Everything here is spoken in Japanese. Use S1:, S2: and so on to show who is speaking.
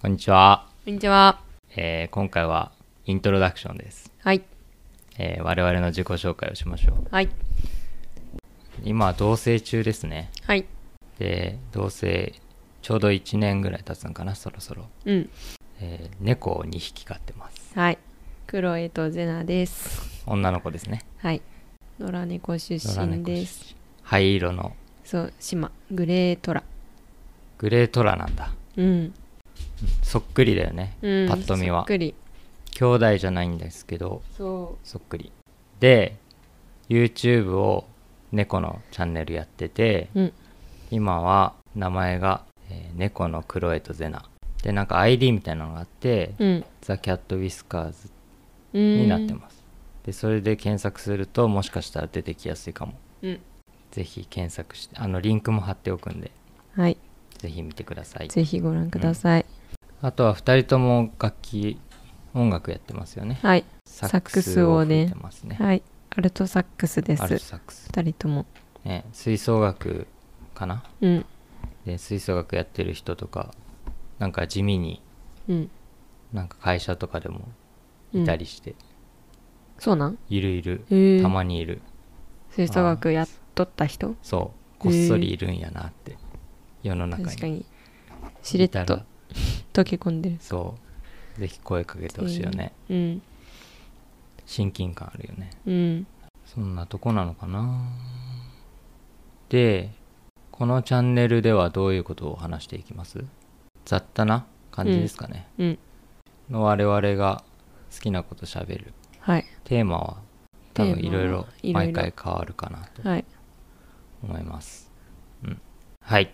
S1: こんにちは、
S2: こんにちは。
S1: えー今回はイントロダクションです、
S2: はい。
S1: えー我々の自己紹介をしましょう
S2: はい。
S1: 今は同棲中ですね
S2: はい。
S1: で同棲ちょうど1年ぐらい経つのかなそろそろ、
S2: うん。
S1: えー猫を2匹飼ってます
S2: はい。クロエとゼナです。
S1: 女の子ですね
S2: はい。野良猫出
S1: 野良
S2: 身
S1: 猫出身
S2: です。
S1: 灰色の
S2: そう、島。グレートラ。
S1: グレートラなんだ
S2: うん。
S1: そっくりだよね、
S2: うん。
S1: パッと見
S2: そ
S1: は
S2: っくり。
S1: 兄弟じゃないんですけど
S2: そ
S1: そっくりで YouTube を猫のチャンネルやってて
S2: う。うん。
S1: 今は名前が、えー猫のクロエとゼナでなんか ID みたいなのがあって、
S2: うん。
S1: ザ・キャット・ウィスカーズ
S2: うん。
S1: になってますでそれで検索するともしかしたら出てきやすいかも
S2: うん。
S1: ぜひ検索してあのリンクも貼っておくんで
S2: はい。
S1: ぜひ見てください
S2: ぜひご覧ください。
S1: あとは2人とも楽器音楽やってますよね
S2: はい。
S1: サ
S2: ックスをね
S1: 吹いてますね
S2: はい。アルトサックスで
S1: アルト
S2: す。
S1: サックス、
S2: 二人とも。
S1: ね、吹奏楽かな
S2: うん。
S1: で吹奏楽やってる人とかなんか地味に
S2: うん。
S1: なんか会社とかでもいたりして、
S2: そうなん
S1: いるいる
S2: へえ
S1: たまにいる
S2: 吹奏楽やっとった人
S1: そうこっそりいるんやなって、世の中に
S2: 確かに。しれっ
S1: いた
S2: と
S1: ら
S2: 溶け込んでる。
S1: そうぜひ声かけてほしいよね、
S2: うん。
S1: 親近感あるよね
S2: うん。
S1: そんなとこなのかなでこのチャンネルではどういうことを話していきます雑多な感じですかね、
S2: うん。
S1: の我々が好きなことしゃべる
S2: はい。
S1: テーマは多分
S2: テ
S1: い
S2: ーマ
S1: ろろ
S2: はいいろいろ
S1: 毎回変わるかなと
S2: はい。
S1: 思います、うん、はい